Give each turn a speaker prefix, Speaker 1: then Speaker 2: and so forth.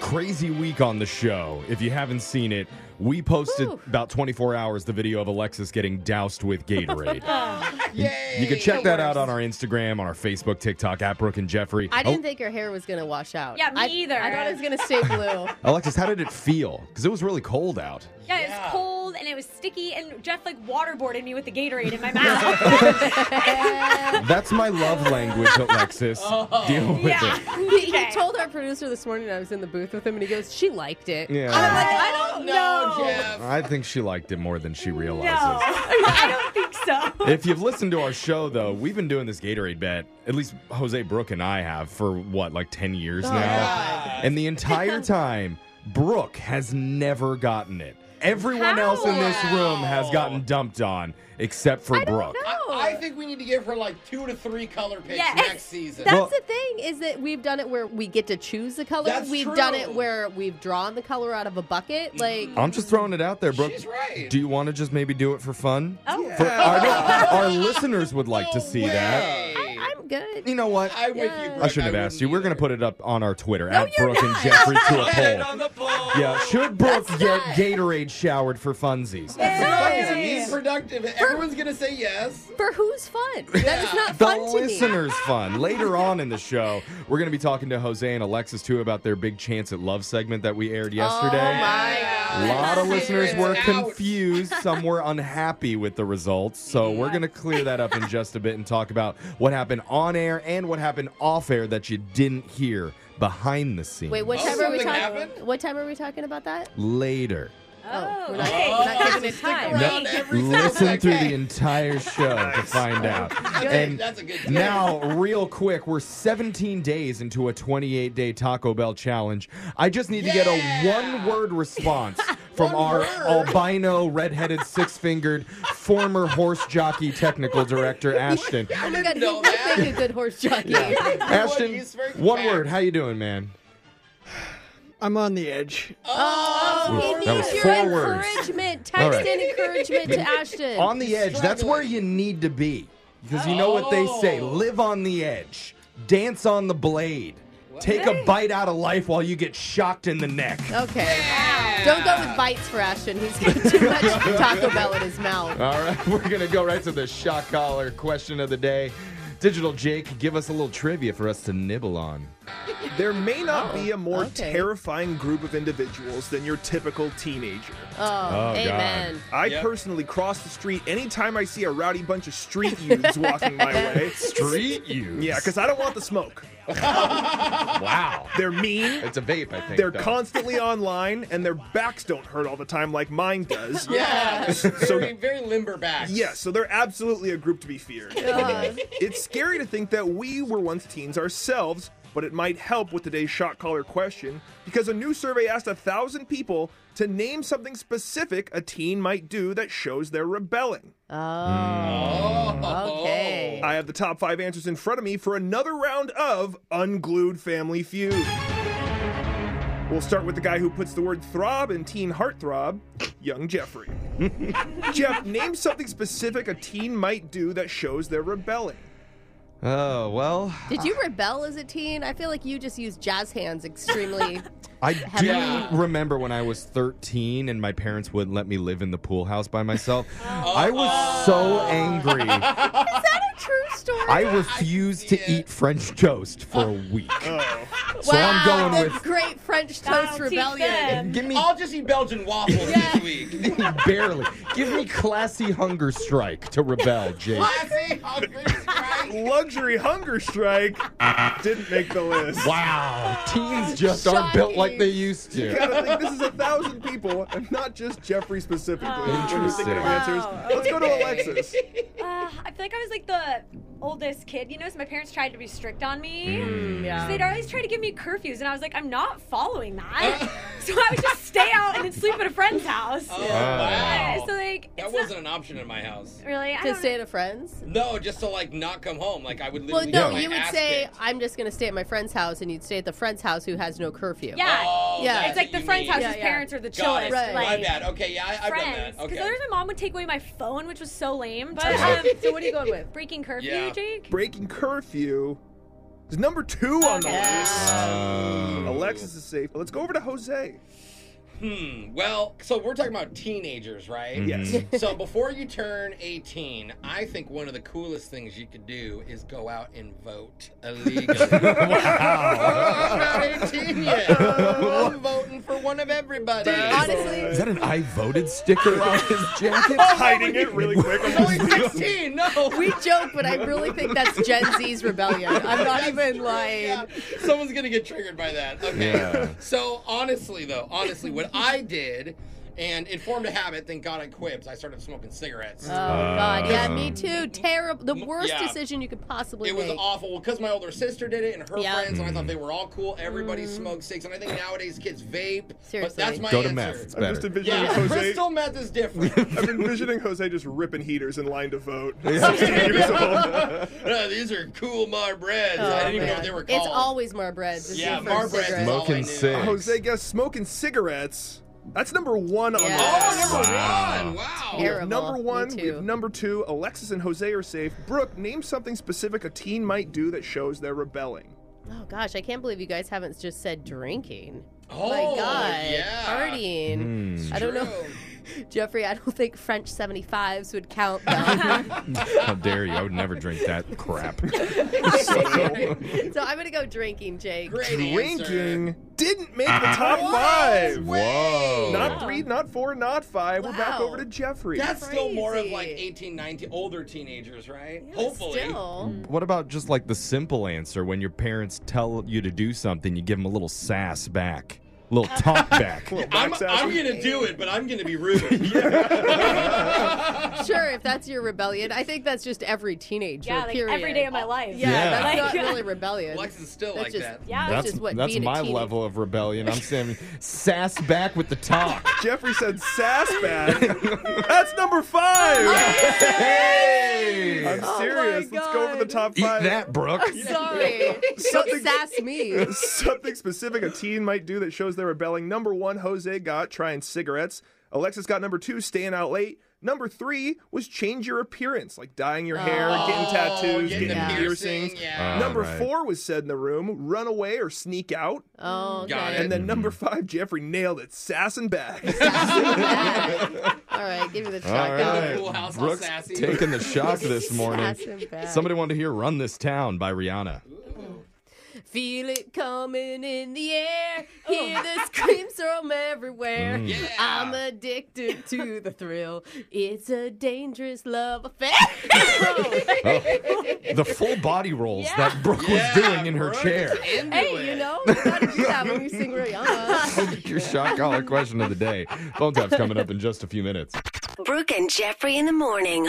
Speaker 1: crazy week on the show. If you haven't seen it, we posted
Speaker 2: Woo.
Speaker 1: about 24 hours the video of Alexis getting doused with Gatorade.
Speaker 3: Yay!
Speaker 1: you can check that out on our Instagram, on our Facebook, TikTok, at Brooke and Jeffrey.
Speaker 2: I
Speaker 1: Oh,
Speaker 2: didn't think her hair was going to wash out.
Speaker 4: Yeah, me
Speaker 2: I,
Speaker 4: either.
Speaker 2: I thought it was going to stay blue.
Speaker 1: Alexis, how did it feel? Because it was really cold out.
Speaker 4: Yeah, it
Speaker 3: Yeah.
Speaker 4: was cold and it was sticky, and Jeff like waterboarded me with the Gatorade in my mouth.
Speaker 1: That's my love language, Alexis. Deal with
Speaker 4: yeah.
Speaker 1: it.
Speaker 2: He, he
Speaker 4: Okay.
Speaker 2: told our producer this morning I was in the booth with him, and he goes, "She liked it."
Speaker 1: Yeah.
Speaker 2: And I'm like, I don't know.
Speaker 3: Jeff.
Speaker 1: I think she liked it more than she
Speaker 4: No,
Speaker 1: realizes.
Speaker 4: I don't think so.
Speaker 1: If you've listened to our show, though, we've been doing this Gatorade bet, at least Jose Brooke and I have, for what, like 10 years now?
Speaker 3: Oh, Yeah.
Speaker 1: And the entire time, Brooke has never gotten it. Everyone
Speaker 4: How?
Speaker 1: else in this room has
Speaker 3: Wow.
Speaker 1: gotten dumped on, except for Brooke.
Speaker 2: No.
Speaker 3: I, I think we need to give her like two to three color picks
Speaker 4: Yes.
Speaker 3: next season.
Speaker 2: That's
Speaker 1: Well-
Speaker 2: the thing is that we've done it where we get to choose the color.
Speaker 3: That's
Speaker 2: we've
Speaker 3: true.
Speaker 2: done it where we've drawn the color out of a bucket. Like
Speaker 1: Mm-hmm. I'm just throwing it out there, Brooke.
Speaker 3: She's right.
Speaker 1: Do you want to just maybe do it for fun?
Speaker 4: Oh,
Speaker 1: For, I know our listeners would like to
Speaker 3: No
Speaker 1: see
Speaker 3: way.
Speaker 1: that.
Speaker 2: I'm good.
Speaker 1: You know what?
Speaker 3: I'm with you, Brooke.
Speaker 1: I shouldn't have asked you. We're going to put it up on our Twitter at
Speaker 2: you're
Speaker 1: Brooke and Jeffrey to a poll.
Speaker 3: the poll.
Speaker 1: Yeah, should Brooke
Speaker 2: That's
Speaker 1: get
Speaker 2: not-
Speaker 1: Gatorade showered for funsies?
Speaker 3: That's
Speaker 4: Yay.
Speaker 3: amazing. Be productive. Everyone's gonna say yes.
Speaker 2: For who's fun? That is not
Speaker 1: The
Speaker 2: fun to me.
Speaker 1: listeners' fun. Later on in the show, we're going to be talking to Jose and Alexis too about their big chance at love segment that we aired yesterday.
Speaker 2: Oh my
Speaker 1: A
Speaker 2: god.
Speaker 1: lot of listeners
Speaker 3: Secrets
Speaker 1: were
Speaker 3: out.
Speaker 1: confused. Some were unhappy with the results. So we're going to clear that up in just a bit and talk about what happened on air and what happened off air that you didn't hear behind the scenes.
Speaker 2: Wait, what
Speaker 3: Oh,
Speaker 2: time are we
Speaker 3: something
Speaker 2: talking?
Speaker 3: happened?
Speaker 2: What time are we talking about that?
Speaker 1: Later.
Speaker 2: Oh,
Speaker 4: Oh,
Speaker 2: we're not-
Speaker 4: okay.
Speaker 2: we're not
Speaker 4: Yeah.
Speaker 2: giving it
Speaker 4: Stick
Speaker 2: time.
Speaker 4: around
Speaker 3: No.
Speaker 4: every-
Speaker 1: Listen
Speaker 3: Okay.
Speaker 1: through the entire show to find out.
Speaker 3: That's,
Speaker 1: And
Speaker 3: a, that's a good. pick.
Speaker 1: Now, real quick, we're 17 days into a 28 day Taco Bell challenge. I just need to get a
Speaker 3: Yeah.
Speaker 1: one word response from
Speaker 3: One
Speaker 1: our
Speaker 3: word.
Speaker 1: albino, redheaded, six fingered, former horse jockey technical director, Ashton.
Speaker 3: I
Speaker 2: Oh my god,
Speaker 3: didn't
Speaker 2: he
Speaker 3: know
Speaker 2: would make a
Speaker 3: that.
Speaker 2: good horse jockey.
Speaker 1: Ashton,
Speaker 3: he's very
Speaker 1: one
Speaker 3: fat.
Speaker 1: word. How you doing, man?
Speaker 5: I'm on the edge.
Speaker 3: Oh,
Speaker 1: Ooh,
Speaker 2: He
Speaker 1: that
Speaker 2: needs
Speaker 1: was
Speaker 2: your
Speaker 1: four words.
Speaker 2: encouragement.
Speaker 1: All
Speaker 2: Text
Speaker 1: right.
Speaker 2: in encouragement to Ashton.
Speaker 1: On the edge, that's where you need to be. Because you know what they say
Speaker 3: Oh.
Speaker 1: live on the edge, dance on the blade, take a bite out of life while you get shocked in the neck.
Speaker 2: okay. Don't go with bites for Ashton. He's got too much Taco Bell in his mouth.
Speaker 1: All right, we're going to go right to the shock collar question of the day. Digital Jake, give us a little trivia for us to nibble on.
Speaker 6: There may not be a more
Speaker 2: okay.
Speaker 6: terrifying group of individuals than your typical teenager.
Speaker 2: Oh, amen.
Speaker 6: I
Speaker 3: Yep.
Speaker 6: personally cross the street anytime I see a rowdy bunch of street youths walking my way.
Speaker 1: Street you.
Speaker 6: Yeah, because I don't want the smoke.
Speaker 1: wow.
Speaker 6: They're mean,
Speaker 1: It's a vape, I think.
Speaker 6: they're
Speaker 1: though.
Speaker 6: constantly online, and their backs don't hurt all the time like mine does.
Speaker 3: yeah. very,
Speaker 6: So,
Speaker 3: very limber back.
Speaker 6: yeah, so they're absolutely a group to be feared. It's scary to think that we were once teens ourselves, but it might help with today's shot caller question because a new survey asked a thousand people to name something specific a teen might do that shows they're rebelling.
Speaker 2: Oh, okay.
Speaker 6: I have the top five answers in front of me for another round of Unglued Family Feud. We'll start with the guy who puts the word throb in teen heartthrob, young Jeffrey. Jeff, name something specific a teen might do that shows they're rebelling.
Speaker 1: Oh, well,
Speaker 2: Did
Speaker 4: Uh,
Speaker 2: you rebel as a teen? I feel like you just used jazz hands extremely.
Speaker 1: I do
Speaker 2: Yeah.
Speaker 1: remember when I was 13 and my parents wouldn't let me live in the pool house by myself.
Speaker 2: Oh.
Speaker 1: I was so angry.
Speaker 2: Is that a true story?
Speaker 1: I refused to eat French toast for a week. So I'm
Speaker 2: Oh. wow,
Speaker 1: going
Speaker 2: the
Speaker 1: with
Speaker 2: great French
Speaker 4: I'll
Speaker 2: toast
Speaker 4: teach
Speaker 2: rebellion.
Speaker 4: them.
Speaker 1: give me
Speaker 3: I'll just eat Belgian waffles
Speaker 2: Yeah.
Speaker 3: this week.
Speaker 1: barely. Give me classy hunger strike to rebel, Jake.
Speaker 3: Classy, hungry, right?
Speaker 6: luxury hunger strike didn't make the list.
Speaker 1: Wow. Teens just aren't built like they used to.
Speaker 6: Gotta think this is a thousand people, and not just Jeffrey specifically. when you're thinking of
Speaker 1: Wow.
Speaker 6: answers. Let's go to Alexis.
Speaker 4: Uh, I feel like I was like the oldest kid, you know, so my parents tried to be strict on me.
Speaker 3: Mm,
Speaker 4: So they'd always try to give me curfews, and I was like, I'm not following that. so I would just stay out and then sleep at a friend's house.
Speaker 3: Oh,
Speaker 1: Yeah.
Speaker 3: wow.
Speaker 4: So, like,
Speaker 3: that
Speaker 4: it's
Speaker 3: wasn't
Speaker 4: not
Speaker 3: an option in my house.
Speaker 4: really. I
Speaker 2: To
Speaker 4: don't
Speaker 2: stay at a friend's?
Speaker 3: No, just to like not come home. Like I would
Speaker 2: Well,
Speaker 3: literally.
Speaker 2: no,
Speaker 3: get my
Speaker 2: you would
Speaker 3: ass
Speaker 2: say,
Speaker 3: kicked.
Speaker 2: I'm just going to stay at my friend's house, and you'd stay at the friend's house who has no curfew.
Speaker 4: Yeah.
Speaker 3: Oh,
Speaker 2: Yeah.
Speaker 3: that's
Speaker 4: It's like
Speaker 3: what
Speaker 4: the
Speaker 3: you
Speaker 4: friend's
Speaker 3: mean.
Speaker 4: house,
Speaker 2: Yeah,
Speaker 4: his
Speaker 2: yeah.
Speaker 4: parents are the
Speaker 3: Got it.
Speaker 4: chillest.
Speaker 2: Right.
Speaker 3: My
Speaker 4: Like,
Speaker 3: bad. Okay, yeah, I, I've
Speaker 4: friends.
Speaker 3: done
Speaker 4: Because
Speaker 3: that. Okay.
Speaker 4: others, my mom would take away my phone, which was so lame. But um,
Speaker 2: so what are you going with?
Speaker 4: breaking curfew,
Speaker 3: Yeah.
Speaker 4: Jake.
Speaker 6: Breaking curfew is number two on the list.
Speaker 1: Um,
Speaker 6: Alexis is safe. Let's go over to Jose.
Speaker 3: Hmm. Well, so we're talking about teenagers, right?
Speaker 1: Mm-hmm.
Speaker 6: Yes.
Speaker 3: so before you turn 18, I think one of the coolest things you could do is go out and vote illegally. I'm not 18 yet. I'm voting for one of everybody.
Speaker 2: Honestly,
Speaker 1: Is that an I voted sticker on his jacket?
Speaker 2: Oh,
Speaker 6: Hiding it really quick.
Speaker 3: I'm only 16. No.
Speaker 2: we joke, but I really think that's Gen Z's rebellion. I'm not even
Speaker 3: Yeah,
Speaker 2: lying.
Speaker 3: someone's gonna get triggered by that. Okay.
Speaker 1: Yeah.
Speaker 3: So honestly, though, honestly, what I did, and it formed a habit. Thank God I quit. 'cause I started smoking cigarettes.
Speaker 2: Oh God, yeah,
Speaker 1: Um,
Speaker 2: me too. Terrible, the worst
Speaker 3: yeah.
Speaker 2: decision you could possibly
Speaker 3: it was
Speaker 2: make.
Speaker 3: awful because my older sister did it and her
Speaker 2: Yeah. Mm.
Speaker 3: friends, and I
Speaker 1: Mm.
Speaker 3: thought they were all cool. Everybody smoked cigs, and I think nowadays kids vape. But
Speaker 2: Seriously.
Speaker 3: that's my
Speaker 1: Go to
Speaker 3: answer.
Speaker 1: meth. It's
Speaker 6: I'm just
Speaker 1: better.
Speaker 6: envisioning
Speaker 3: Yeah,
Speaker 6: Jose.
Speaker 3: crystal meth is different.
Speaker 6: I'm envisioning Jose just ripping heaters in line to vote.
Speaker 3: Uh, these are cool Mar breads. I didn't
Speaker 2: Oh,
Speaker 3: even know
Speaker 2: man.
Speaker 3: what they were called.
Speaker 2: It's always more bread. This is
Speaker 3: Yeah,
Speaker 2: the
Speaker 3: more
Speaker 2: first
Speaker 3: bread.
Speaker 2: cigarette.
Speaker 3: Smoke.
Speaker 1: Smoking six.
Speaker 6: Jose guess smoking cigarettes. That's number one on
Speaker 2: Yeah.
Speaker 6: the
Speaker 3: Oh,
Speaker 6: list.
Speaker 3: number
Speaker 1: Wow.
Speaker 3: one! Wow.
Speaker 2: Terrible.
Speaker 6: Number
Speaker 2: Me
Speaker 6: one, we
Speaker 2: too.
Speaker 6: have number two. Alexis and Jose are safe. Brooke, name something specific a teen might do that shows they're rebelling.
Speaker 2: Oh gosh, I can't believe you guys haven't just said drinking.
Speaker 3: Oh
Speaker 2: My God,
Speaker 3: yeah.
Speaker 2: partying.
Speaker 1: Hmm.
Speaker 2: I don't know,
Speaker 3: True.
Speaker 2: Jeffrey. I don't think French 75s would count. though.
Speaker 1: How dare you? I would never drink that crap.
Speaker 2: so I'm gonna go drinking, Jake.
Speaker 3: Great answer.
Speaker 6: Drinking didn't make the top five.
Speaker 1: Ah. Whoa.
Speaker 6: Not three, not four, not five. We're back
Speaker 2: Wow.
Speaker 6: over to Jeffrey.
Speaker 3: That's still more of
Speaker 2: Crazy.
Speaker 3: like 18, 19, older teenagers, right?
Speaker 2: Yeah,
Speaker 3: Hopefully.
Speaker 2: Still.
Speaker 1: What about just like the simple answer when your parents tell you to do something, you give them a little sass back, a little talk back.
Speaker 3: I'm,
Speaker 6: Box
Speaker 3: I'm
Speaker 6: action.
Speaker 3: gonna do it, but I'm gonna be rude.
Speaker 2: Sure, if that's your rebellion, I think that's just every teenager.
Speaker 4: Yeah, like
Speaker 2: period.
Speaker 4: every day of my life.
Speaker 2: Yeah,
Speaker 1: Yeah.
Speaker 2: that's
Speaker 4: Like-
Speaker 2: not really rebellion.
Speaker 3: Lex is still
Speaker 2: That's
Speaker 3: like
Speaker 2: just-
Speaker 3: that.
Speaker 4: Yeah.
Speaker 2: That's
Speaker 1: That's
Speaker 2: just what
Speaker 1: that's
Speaker 2: being a
Speaker 1: my
Speaker 2: teenager-
Speaker 1: level of rebellion. I'm saying sass back with the talk.
Speaker 6: Jeffrey said sass bag. That's number five.
Speaker 1: hey,
Speaker 6: I'm
Speaker 1: eat
Speaker 2: my
Speaker 6: serious. Let's go over the
Speaker 2: God.
Speaker 6: top five.
Speaker 1: that, Brooks.
Speaker 2: Sorry,
Speaker 6: Something-
Speaker 2: don't sass me.
Speaker 6: Something specific a teen might do that shows they're rebelling. Number one, Jose got trying cigarettes. Alexis got number two, staying out late. Number three was change your appearance, like dyeing your hair, getting tattoos,
Speaker 3: getting
Speaker 6: getting,
Speaker 3: a
Speaker 6: piercings.
Speaker 3: piercing, yeah.
Speaker 1: Uh,
Speaker 6: number
Speaker 1: Alright.
Speaker 6: four was said in the room, run away or sneak out.
Speaker 2: Oh, okay.
Speaker 3: Got it.
Speaker 6: And
Speaker 1: Mm-hmm.
Speaker 6: then number five, Jeffrey nailed it, sassing back.
Speaker 2: All right, give me the
Speaker 1: All
Speaker 2: shotgun.
Speaker 1: right,
Speaker 3: Pool house, all
Speaker 1: Brooks
Speaker 3: sassy.
Speaker 1: taking the shock this morning.
Speaker 2: Sass him back.
Speaker 1: Somebody wanted to hear "Run This Town" by Rihanna.
Speaker 2: Feel it coming in the air.
Speaker 1: Oh.
Speaker 2: Hear the screams from everywhere.
Speaker 1: Mm.
Speaker 3: Yeah.
Speaker 2: I'm addicted to the thrill. It's a dangerous love affair.
Speaker 1: Oh. The full body rolls that Brooke
Speaker 3: Yeah,
Speaker 1: was doing in her
Speaker 3: Brooks
Speaker 1: chair.
Speaker 3: into
Speaker 2: hey, you
Speaker 3: it.
Speaker 2: know, you gotta do that when you sing Rihanna.
Speaker 1: Your shock collar question of the day. Phone tap's coming up in just a few minutes.
Speaker 7: Brooke and Jeffrey in the morning.